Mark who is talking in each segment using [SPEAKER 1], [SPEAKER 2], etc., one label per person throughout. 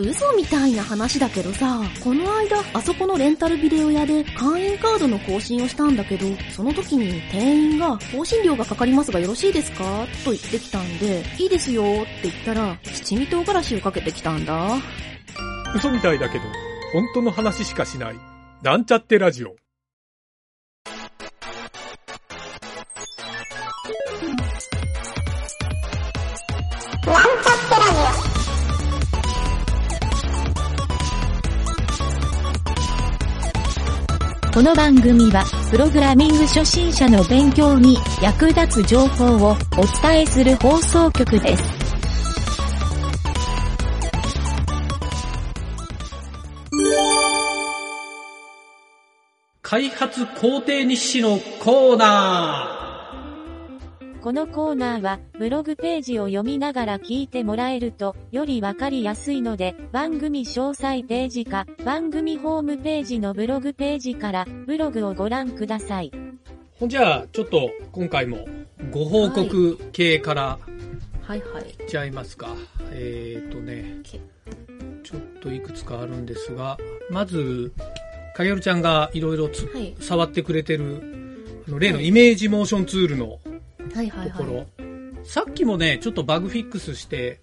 [SPEAKER 1] 嘘みたいな話だけどさ、この間、あそこのレンタルビデオ屋で会員カードの更新をしたんだけど、その時に店員が、更新料がかかりますがよろしいですかと言ってきたんで、いいですよって言ったら、七味唐辛子をかけてきたんだ。
[SPEAKER 2] 嘘みたいだけど、本当の話しかしない。なんちゃってラジオ。
[SPEAKER 3] この番組は、プログラミング初心者の勉強に役立つ情報をお伝えする放送局です。
[SPEAKER 4] 開発工程日誌のコーナ
[SPEAKER 3] このコーナーは、ブログページを読みながら聞いてもらえると、よりわかりやすいので、番組詳細ページか、番組ホームページのブログページから、ブログをご覧ください。
[SPEAKER 4] ーほんじゃあちょっと今回もご報告系から
[SPEAKER 1] はいはい。
[SPEAKER 4] いっちゃいますか、えっ、ー、とねちょっといくつかあるんですがまず影るちゃんがいろいろつ
[SPEAKER 1] はい。
[SPEAKER 4] 触ってくれてるあの例のイメージモーションツールの
[SPEAKER 1] はいは
[SPEAKER 4] と
[SPEAKER 1] い
[SPEAKER 4] こ
[SPEAKER 1] は
[SPEAKER 4] ろ、
[SPEAKER 1] い。
[SPEAKER 4] さっきもねちょっとバグフィックスして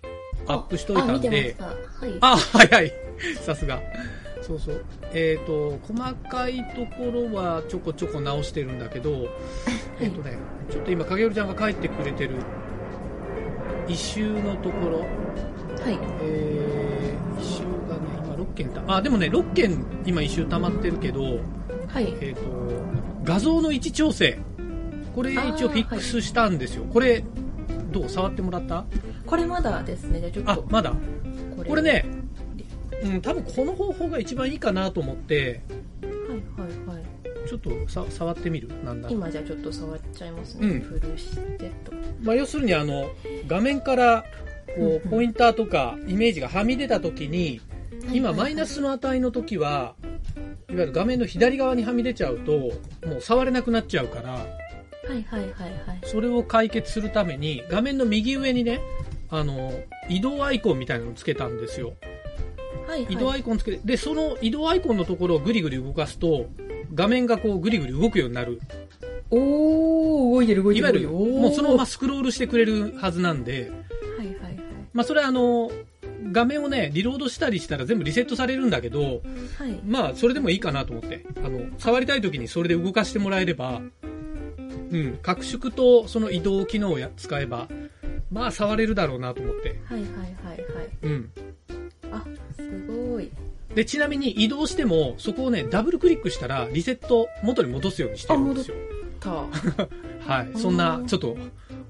[SPEAKER 4] アップしといた
[SPEAKER 1] あ、
[SPEAKER 4] ん
[SPEAKER 1] 見てまし
[SPEAKER 4] で
[SPEAKER 1] た。はい。
[SPEAKER 4] あ、早い。さすが。そうそう。えっ、と、細かいところはちょこちょこ直してるんだけど、えっとね、ちょっと今、影るちゃんが書いてくれてる、異臭のところ、
[SPEAKER 1] はい。
[SPEAKER 4] えー、異臭がね、今6件た、あ、でもね、6件今異臭溜まってるけど、
[SPEAKER 1] はい。
[SPEAKER 4] えっ、と、画像の位置調整。これ一応フィックスしたんですよ。これ、どう触ってもらった
[SPEAKER 1] これまだですね。じゃあちょっ
[SPEAKER 4] あ
[SPEAKER 1] と、、
[SPEAKER 4] まだ。
[SPEAKER 1] こ
[SPEAKER 4] これ。ね、うん、多分この方法が一番いいかなと思って、
[SPEAKER 1] はいはいはい。
[SPEAKER 4] ちょっとさ触ってみるなんだ。
[SPEAKER 1] 今じゃあちょっと触っちゃいますね。
[SPEAKER 4] うん
[SPEAKER 1] フルしてと。
[SPEAKER 4] まあ、要するにあの、画面から、こ
[SPEAKER 1] うんう
[SPEAKER 4] う、
[SPEAKER 1] ん
[SPEAKER 4] ポインターとかイメージがはみ出た時に、今マイナ
[SPEAKER 1] ス。
[SPEAKER 4] スの値の時は、いわゆる画面の左側にはみ出ちゃうと、もう触れなくなっちゃうから、
[SPEAKER 1] はいはいはいはい。
[SPEAKER 4] それを解決するために、画面の右上にね、あの、移動アイコンみたいなのをつけたんですよ。
[SPEAKER 1] はいはい。
[SPEAKER 4] 移動アイコンつけて、で、その移動アイコンのところをぐりぐり動かすと、画面がこうぐりぐり動くようになる。
[SPEAKER 1] おー、動いてる動い
[SPEAKER 4] い
[SPEAKER 1] て
[SPEAKER 4] わゆ
[SPEAKER 1] る。
[SPEAKER 4] る、
[SPEAKER 1] おー
[SPEAKER 4] もうそのままスクロールしてくれるはずなんで、
[SPEAKER 1] はいはいはい。
[SPEAKER 4] まあそれはあの、画面をね、リロードしたりしたら全部リセットされるんだけど、
[SPEAKER 1] はい。
[SPEAKER 4] まあそれでもいいかなと思って、あの、触りたい時にそれで動かしてもらえれば、うん、拡縮とその移動機能をや使えば、まあ触れるだろうなと思って、
[SPEAKER 1] はいはいはいはい。
[SPEAKER 4] うん。
[SPEAKER 1] あ、すごい。
[SPEAKER 4] で、ちなみに移動しても、そこをね、ダブルクリックしたら、リセット元に戻すようにしてるんですよ。
[SPEAKER 1] た。
[SPEAKER 4] はい。そんな、ちょっと、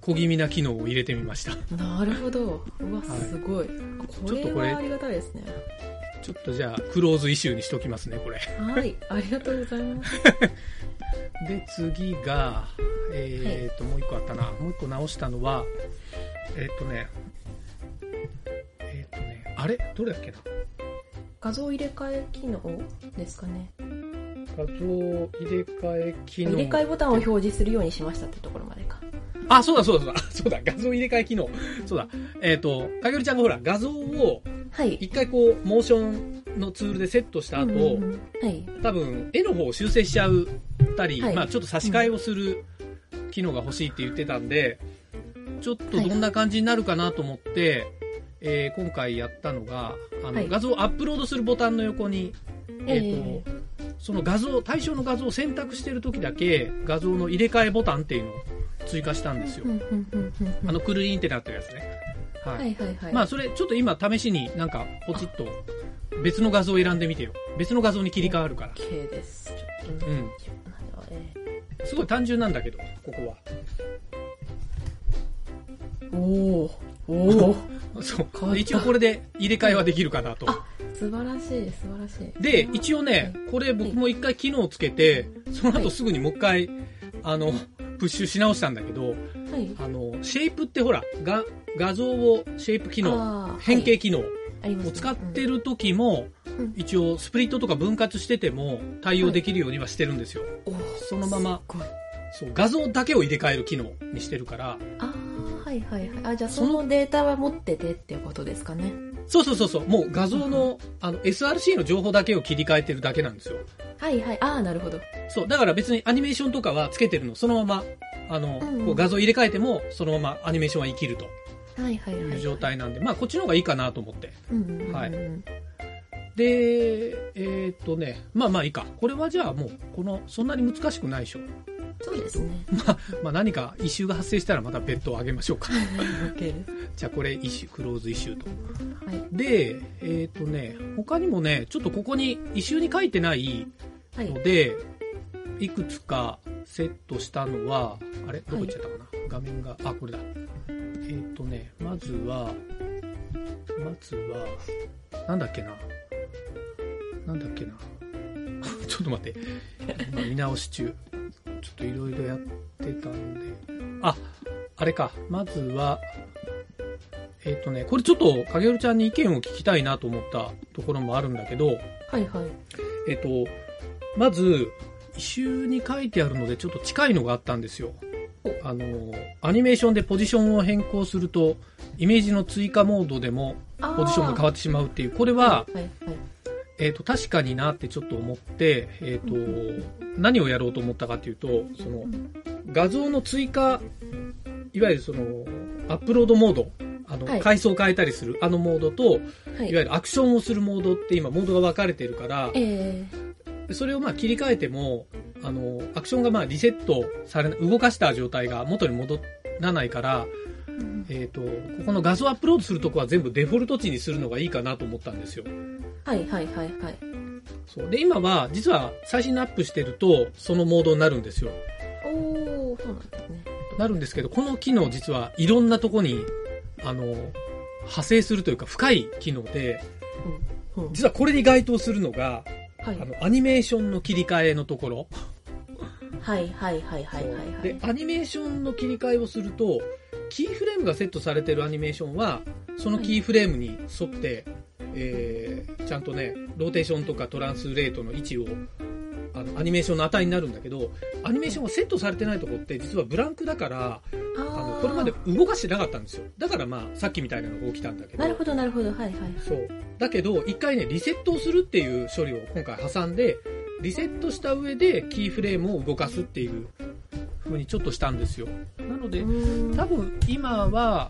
[SPEAKER 4] 小気味な機能を入れてみました。
[SPEAKER 1] なるほど。うわ、
[SPEAKER 4] はい
[SPEAKER 1] すごい。こ
[SPEAKER 4] ちょっと
[SPEAKER 1] れ
[SPEAKER 4] これ
[SPEAKER 1] はありがたいですね。
[SPEAKER 4] ちょっとじゃあ、クローズイシューにしときますね、これ。
[SPEAKER 1] はい。ありがとうございます。
[SPEAKER 4] で、次が、えーと、もう一個あったな。もう一個直したのは、えーっとね、えーっとね、あれどれだっけな
[SPEAKER 1] 画像入れ替え機能ですかね。
[SPEAKER 4] 画像入れ替え機能。
[SPEAKER 1] 入れ替えボタンを表示するようにしましたってところまでか。
[SPEAKER 4] あ、そうだそうだそうだ。 そうだ、画像入れ替え機能。そうだ。えーっと、かげるちゃんがほら、画像を、
[SPEAKER 1] はい。
[SPEAKER 4] 一回こう、モーションのツールでセットした後、
[SPEAKER 1] うんうんうんはい。
[SPEAKER 4] 多分絵の方を修正しちゃうたり、
[SPEAKER 1] はい
[SPEAKER 4] まあ、ちょっと差し替えをする機能が欲しいって言ってたんで、ちょっとどんな感じになるかなと思って、えー今回やったのがあの、
[SPEAKER 1] はい
[SPEAKER 4] 画像をアップロードするボタンの横に、えーとその画像対象の画像を選択してる時だけ画像の入れ替えボタンっていうのを追加したんですよ、
[SPEAKER 1] うんうんうんうんうん
[SPEAKER 4] あのくるりんってなってるやつね、はい
[SPEAKER 1] はいはいはい。
[SPEAKER 4] まあそれちょっと今試しになんかポチッと別の画像を選んでみてよ別の画像に切り替わるから
[SPEAKER 1] OK です。ちょっと、
[SPEAKER 4] うんすごい単純なんだけど、ここ
[SPEAKER 1] おおおお
[SPEAKER 4] は。そ
[SPEAKER 1] 変わっ
[SPEAKER 4] う。
[SPEAKER 1] た
[SPEAKER 4] 一応これで入れ替えはできるかなと。
[SPEAKER 1] あ素晴らしい素晴らしい
[SPEAKER 4] で、一応ね、これ僕も一回機能をつけて、その
[SPEAKER 1] は
[SPEAKER 4] 後
[SPEAKER 1] い
[SPEAKER 4] すぐにもう一回、あの、プッシュし直したんだけど、
[SPEAKER 1] はい
[SPEAKER 4] あの、シェイプってほら、が画像をシェイプ機能、
[SPEAKER 1] あー
[SPEAKER 4] 変
[SPEAKER 1] は
[SPEAKER 4] 形
[SPEAKER 1] い
[SPEAKER 4] 機能
[SPEAKER 1] あります
[SPEAKER 4] を
[SPEAKER 1] ね
[SPEAKER 4] 使ってる時も
[SPEAKER 1] うん、
[SPEAKER 4] 一応スプリットとか分割してても対応できるようにはしてるんですよ。
[SPEAKER 1] うんおー
[SPEAKER 4] そのまます
[SPEAKER 1] っごい
[SPEAKER 4] そう、画像だけを入れ替える機能にしてるから、
[SPEAKER 1] あーはいはいはいあじゃあ
[SPEAKER 4] そ
[SPEAKER 1] そ
[SPEAKER 4] の
[SPEAKER 1] のデータは持っててっていうことですかね
[SPEAKER 4] そうそうそうそう、もう画像の、あの、SRC の情報だけを切り替えてるだけなんですよ。
[SPEAKER 1] はいはい。ああ、なるほど。
[SPEAKER 4] そう、だから別にアニメーションとかはつけてるの、そのまま、あの、
[SPEAKER 1] うん
[SPEAKER 4] こう画像入れ替えても、そのままアニメーションは生きると
[SPEAKER 1] はいはいはいい。
[SPEAKER 4] う状態なんで、まあこっちの方がいいかなと思って。
[SPEAKER 1] うんうんうん。
[SPEAKER 4] は
[SPEAKER 1] はい
[SPEAKER 4] い。
[SPEAKER 1] うん
[SPEAKER 4] で、えーっとね、まあまあいいか。これはじゃあもう、この、そんなに難しくないでしょ。
[SPEAKER 1] そうですね。
[SPEAKER 4] まあ何か異臭が発生したらまた別途あげましょう か。
[SPEAKER 1] OK
[SPEAKER 4] じゃあこれ異臭、クローズ異臭と。
[SPEAKER 1] はい。
[SPEAKER 4] で、えーっとね、他にもね、ちょっとここに異臭に書いてない
[SPEAKER 1] は
[SPEAKER 4] の
[SPEAKER 1] い。
[SPEAKER 4] で、いくつかセットしたのは、あれどこ行っちゃったかな、画面が、あ、これだ。えーっとね、まずは、まずは、なんだっけな。なんだっけな。 ちょっと待って。今見直し中。ちょっといろいろやってたんで。あ、あれか。まずは、えーっとね、これちょっと、影るちゃんに意見を聞きたいなと思ったところもあるんだけど、
[SPEAKER 1] はいはい。
[SPEAKER 4] えっと、まず、異臭に書いてあるので、ちょっと近いのがあったんですよ。あの、アニメーションでポジションを変更すると、イメージの追加モードでも
[SPEAKER 1] あー
[SPEAKER 4] ポジションが変わってしまうっていう、これは、
[SPEAKER 1] はいはい。
[SPEAKER 4] えっと、確かになってちょっと思って、えっと
[SPEAKER 1] う、
[SPEAKER 4] 何をやろうと思ったかっていうと、その、画像の追加、いわゆるその、アップロードモード、あの、
[SPEAKER 1] はい
[SPEAKER 4] 階層を変えたりする、あのモードと、
[SPEAKER 1] はいい。
[SPEAKER 4] わゆるアクションをするモードって今、モードが分かれてるから、
[SPEAKER 1] え
[SPEAKER 4] でそれをまあ切り替えても、あの、アクションがまあリセットされな動かした状態が元に戻らないから、
[SPEAKER 1] えうん
[SPEAKER 4] えっ、と、ここの画像アップロードするとこは全部デフォルト値にするのがいいかなと思ったんですよ。
[SPEAKER 1] はいはいはいはい。
[SPEAKER 4] そう。で、今は、実は最新のアップしてると、そのモードになるんですよ。
[SPEAKER 1] おー、そうなんですね。
[SPEAKER 4] なるんですけど、この機能実はいろんなとこに、あの、派生するというか深い機能で、
[SPEAKER 1] うん。うん
[SPEAKER 4] 実はこれに該当するのが、
[SPEAKER 1] は
[SPEAKER 4] あ
[SPEAKER 1] い。
[SPEAKER 4] の、アニメーションの切り替えのところ。
[SPEAKER 1] はいはいはいはいはいはい。
[SPEAKER 4] で、アニメーションの切り替えをすると、キーフレームがセットされてるアニメーションは、そのキーフレームに沿って、えーちゃんとね、ローテーションとかトランスレートの位置を、あの、アニメーションの値になるんだけど、アニメーションがセットされてないとこって、実はブランクだから、
[SPEAKER 1] あ
[SPEAKER 4] あ
[SPEAKER 1] ー
[SPEAKER 4] の、これまで動かしてなかったんですよ。だからまあ、さっきみたいなのが起きたんだけど
[SPEAKER 1] な。るほどなるほど。はいはい。
[SPEAKER 4] そう。だけど、一回ね、リセットをするっていう処理を今回挟んで、リセットした上でキーフレームを動かすっていう風にちょっとしたんですよ。なので
[SPEAKER 1] う、ーん
[SPEAKER 4] 多分今は、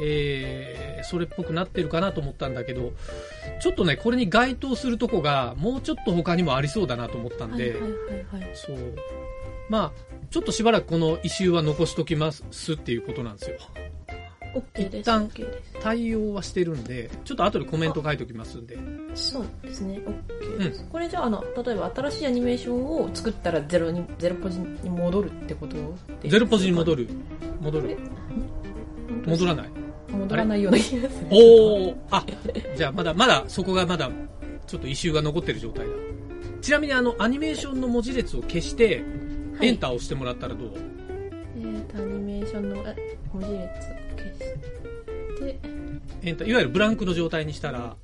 [SPEAKER 4] えー、それっぽくなってるかなと思ったんだけど、ちょっとね、これに該当するとこが、もうちょっと他にもありそうだなと思ったん
[SPEAKER 1] はい
[SPEAKER 4] で、
[SPEAKER 1] はいはいはい。
[SPEAKER 4] そう。まあ、ちょっとしばらくこの異臭は残しときますっていうことなんですよ。
[SPEAKER 1] OK です。
[SPEAKER 4] 一旦
[SPEAKER 1] OK です。
[SPEAKER 4] 対応はしてるんで、ちょっと後でコメント書いておきますんで。
[SPEAKER 1] そうですね、OK です。これじゃああの、例えば新しいアニメーションを作ったらゼロに、ゼロポジに戻るってことで
[SPEAKER 4] ゼロポジに戻
[SPEAKER 1] る。
[SPEAKER 4] る。戻る。戻
[SPEAKER 1] 戻ら
[SPEAKER 4] らない。
[SPEAKER 1] 戻らないような気がする。
[SPEAKER 4] おーあ、じゃあまだ、まだ、そこがまだ、ちょっと異臭が残ってる状態だ。ちなみにあの、アニメーションの文字列を消して、
[SPEAKER 1] はい
[SPEAKER 4] エンターを押してもらったらどう、
[SPEAKER 1] えーと、アニメーションのえ文字列を消して、
[SPEAKER 4] エンター、いわゆるブランクの状態にしたら、
[SPEAKER 1] は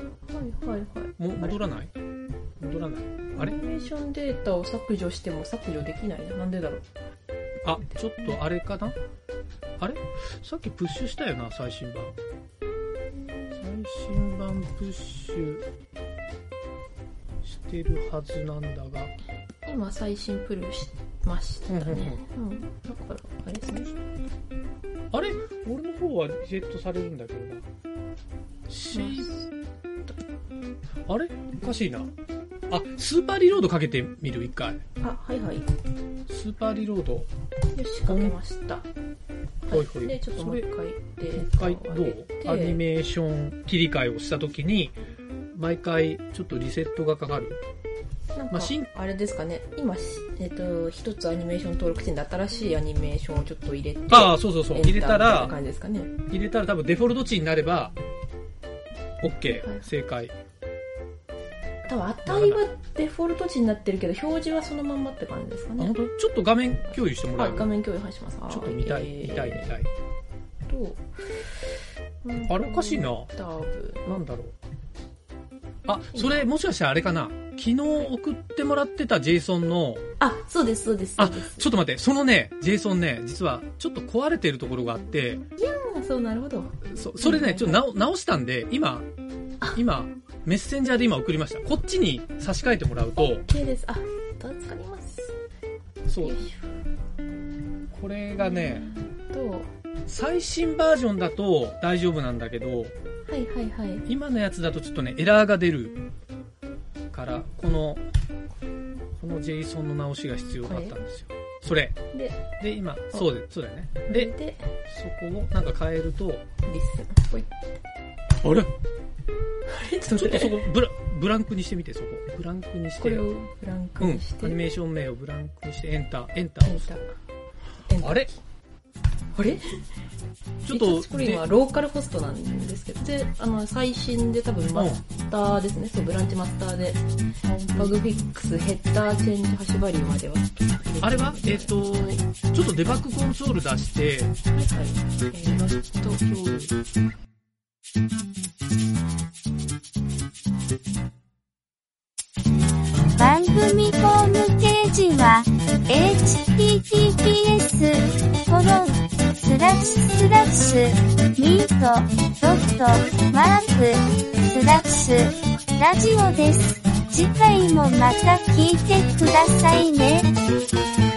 [SPEAKER 1] いはいはい。
[SPEAKER 4] も戻らない戻らないあ
[SPEAKER 1] ア
[SPEAKER 4] れ
[SPEAKER 1] ニメーションデータを削除しても削除できないな。なんでだろう。
[SPEAKER 4] あ、ちょっとあれかなあれさっきプッシュしたよな、最新版。最新版プッシュしてるはずなんだが。
[SPEAKER 1] 今最新プルーしましたね。うん。だから、あれですね。
[SPEAKER 4] あれ俺の方はリセットされるんだけどな。シあれおかしいな。あ、スーパーリロードかけてみる、一回。
[SPEAKER 1] あ、はいはい。よ
[SPEAKER 4] スーパーリロード。
[SPEAKER 1] し、かけました。
[SPEAKER 4] ほいほい。
[SPEAKER 1] で、ちょっとも
[SPEAKER 4] そうれ
[SPEAKER 1] 一、回デ
[SPEAKER 4] 一
[SPEAKER 1] ータを
[SPEAKER 4] 回ど
[SPEAKER 1] 上
[SPEAKER 4] う
[SPEAKER 1] げて、
[SPEAKER 4] アニメーション切り替えをしたときに、毎回ちょっとリセットがかかる。
[SPEAKER 1] なん
[SPEAKER 4] ま
[SPEAKER 1] か
[SPEAKER 4] あ新、
[SPEAKER 1] あれですかね、今、しえっ、と、一つアニメーション登録点で新しいアニメーションをちょっと入れて、
[SPEAKER 4] ああ、そうそうそう。入れた
[SPEAKER 1] エンターみいな
[SPEAKER 4] ら、
[SPEAKER 1] 感じですかね。
[SPEAKER 4] 入れたら多分デフォルト値になれば、OK、
[SPEAKER 1] はい
[SPEAKER 4] 正解。
[SPEAKER 1] 多分、値はデフォルト値になってるけど、表示はそのまんまって感じですか
[SPEAKER 4] あ、
[SPEAKER 1] ね
[SPEAKER 4] 本。当ちょっと画面共有してもら
[SPEAKER 1] あ
[SPEAKER 4] え、る
[SPEAKER 1] 画面共有配します。
[SPEAKER 4] ちょっと見たい、見たい、見たい。
[SPEAKER 1] い。と、うん
[SPEAKER 4] あれおかしいな。
[SPEAKER 1] 多分、
[SPEAKER 4] なんだろう。あ、それもしかしたらあれかな。昨日送ってもらってた JSON の、
[SPEAKER 1] あ、そうです、そうです。
[SPEAKER 4] あ
[SPEAKER 1] そうです、
[SPEAKER 4] ちょっと待って、そのね、JSON ね、実はちょっと壊れてるところがあって、
[SPEAKER 1] うんそう、なるほど。
[SPEAKER 4] そそれね、ちょっと直直したんで、今、今、メッセンジャーで今送りました。こっちに差し替えてもらうと、
[SPEAKER 1] OK です。あ、助かります。
[SPEAKER 4] そ
[SPEAKER 1] よ
[SPEAKER 4] う
[SPEAKER 1] い、し
[SPEAKER 4] これがね、
[SPEAKER 1] ょ。と、
[SPEAKER 4] 最新バージョンだと大丈夫なんだけど、
[SPEAKER 1] はいはいはい。
[SPEAKER 4] 今のやつだとちょっとね、エラーが出るから、この、この JSON の直しが必要だったんですよ。それ。
[SPEAKER 1] で、
[SPEAKER 4] で、今、そうで、そうだよね。で、
[SPEAKER 1] で、
[SPEAKER 4] そこをなんか変えると、
[SPEAKER 1] リスン。ほい。
[SPEAKER 4] あれ
[SPEAKER 1] ちょ
[SPEAKER 4] ちょっとそこブラ、ブランクにしてみて、そこ。ブランクにして。
[SPEAKER 1] これをブランクにして、
[SPEAKER 4] うん、アニメーション名をブランクにしてエンターエンターを
[SPEAKER 1] エン
[SPEAKER 4] 押す
[SPEAKER 1] ターエンター
[SPEAKER 4] あれ
[SPEAKER 1] あれ
[SPEAKER 4] ちょっと
[SPEAKER 1] これ今
[SPEAKER 4] で
[SPEAKER 1] ローカルホストなんですけどであの最新で多分マスターですね、そうブランチマスターでバグフィックスヘッダーチェンジハッシュバリューまでは
[SPEAKER 4] あれはえっ、と
[SPEAKER 1] はい
[SPEAKER 4] ちょっとデバッグコンソール出して
[SPEAKER 1] はいはいえーラスト共有
[SPEAKER 5] 番組ホームページは https コロンスラッシュスラッシュミートドットマークスラッシュラジオです。次回もまた聞いてくださいね。